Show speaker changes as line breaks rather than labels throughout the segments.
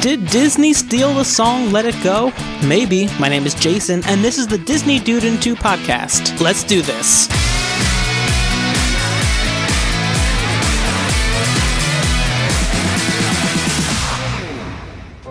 Did Disney steal the song Let It Go? Maybe. My name is Jason, and this is the Disney Dude in 2 podcast. Let's do this.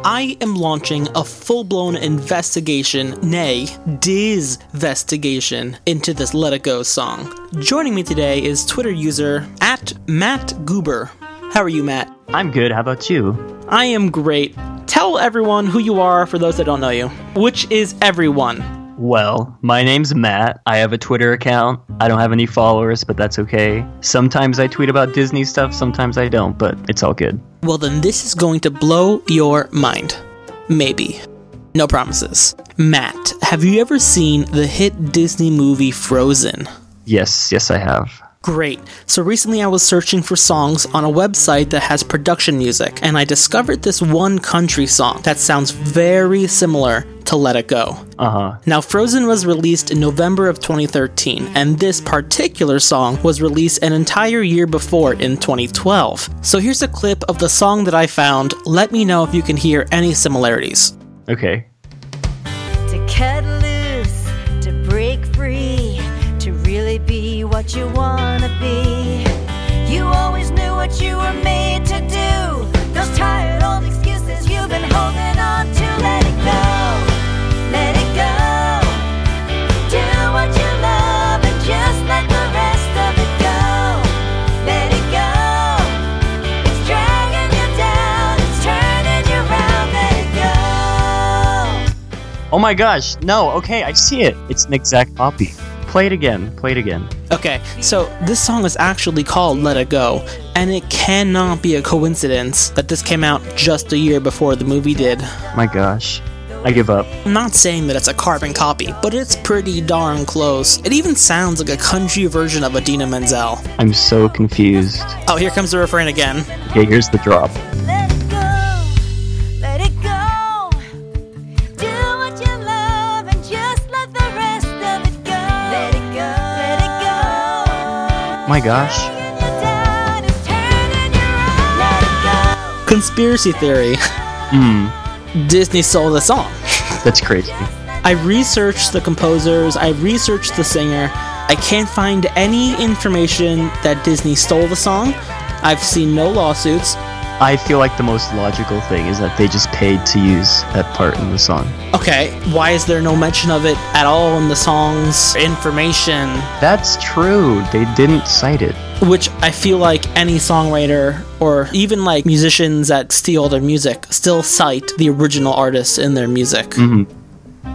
I am launching a full blown investigation, nay, disvestigation, into this Let It Go song. Joining me today is Twitter user at Matt Goober. How are you, Matt?
I'm good. How about you?
I am great. Tell everyone who you are for those that don't know you, which is everyone.
Well, my name's Matt. I have a Twitter account. I don't have any followers, but that's okay. Sometimes I tweet about Disney stuff, sometimes I don't, but it's all good.
Well, then this is going to blow your mind. Maybe. No promises. Matt, have you ever seen the hit Disney movie Frozen?
Yes, yes, I have.
Great. So recently I was searching for songs on a website that has production music, and I discovered this one country song that sounds very similar to Let It Go.
Uh huh.
Now, Frozen was released in November of 2013, and this particular song was released an entire year before in 2012. So here's a clip of the song that I found. Let me know if you can hear any similarities.
Okay.
To cut loose, to break free, to really be what you wanna be. You always knew what you were made to do. Those tired old excuses you've been holding on to. Let it go, let it go. Do what you love and just let the rest of it go. Let it go. It's dragging you down, it's turning you round. Let it go.
Oh my gosh. No, okay, I see it. It's an exact copy. Play it again. Play it again.
Okay, so this song is actually called Let It Go, and it cannot be a coincidence that this came out just a year before the movie did.
My gosh. I give up.
I'm not saying that it's a carbon copy, but it's pretty darn close. It even sounds like a country version of Adina Menzel.
I'm so confused.
Oh, here comes the refrain again.
Okay, here's the drop.
Let it go, let it go. Do what you love and just let the rest of it go. Let it go, let it go.
My gosh.
Dragging you down, it's turning you around. Let it go,
Conspiracy theory
Hmm,
Disney sold the song.
that's crazy.
I researched the composers, I researched the singer. I can't find any information that Disney stole the song. I've seen no lawsuits.
I feel like the most logical thing is that they just paid to use that part in the song.
Okay, why is there no mention of it at all in the song's information?
That's true. They didn't cite it.
Which I feel like any songwriter or even like musicians that steal their music still cite the original artist in their music.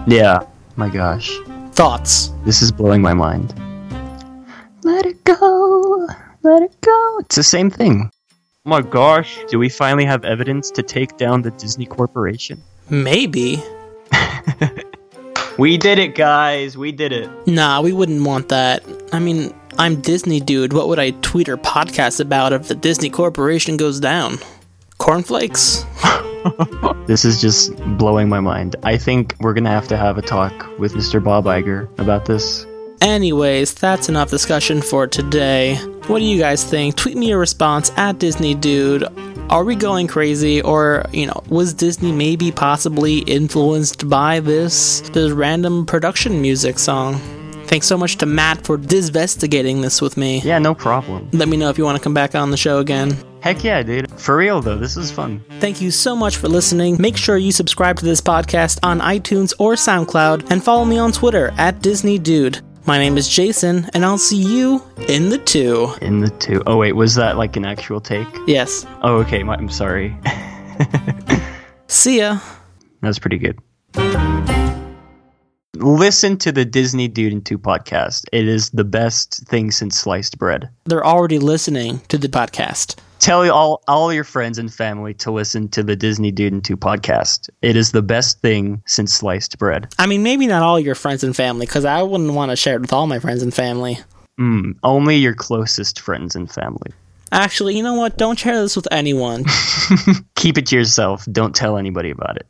Yeah. My gosh.
Thoughts?
This is blowing my mind. Let it go. Let it go. It's the same thing. Oh my gosh. Do we finally have evidence to take down the Disney Corporation?
Maybe.
We did it, guys. We did it.
Nah, we wouldn't want that. I mean, I'm Disney dude. What would I tweet or podcast about if the Disney Corporation goes down? Cornflakes?
This is just blowing my mind. I think we're going to have to have a talk with Mr. Bob Iger about this.
Anyways, that's enough discussion for today. What do you guys think? Tweet me a response at Disney Dude. Are we going crazy? Or, you know, was Disney maybe possibly influenced by this, this random production music song? Thanks so much to Matt for disvestigating this with me.
Yeah, no problem.
Let me know if you want to come back on the show again.
Heck yeah, dude. For real, though, this is fun.
Thank you so much for listening. Make sure you subscribe to this podcast on iTunes or SoundCloud and follow me on Twitter at Disney Dude. My name is Jason, and I'll see you in the two.
In the two. Oh, wait, was that like an actual take?
Yes.
Oh, okay. My, I'm sorry.
See ya.
That was pretty good. Listen to the Disney Dude and Two podcast. It is the best thing since sliced bread.
They're already listening to the podcast.
Tell all all your friends and family to listen to the Disney Dude and Two podcast. It is the best thing since sliced bread.
I mean, maybe not all your friends and family, because I wouldn't want to share it with all my friends and family.
Mm, only your closest friends and family.
Actually, you know what? Don't share this with anyone.
Keep it to yourself. Don't tell anybody about it.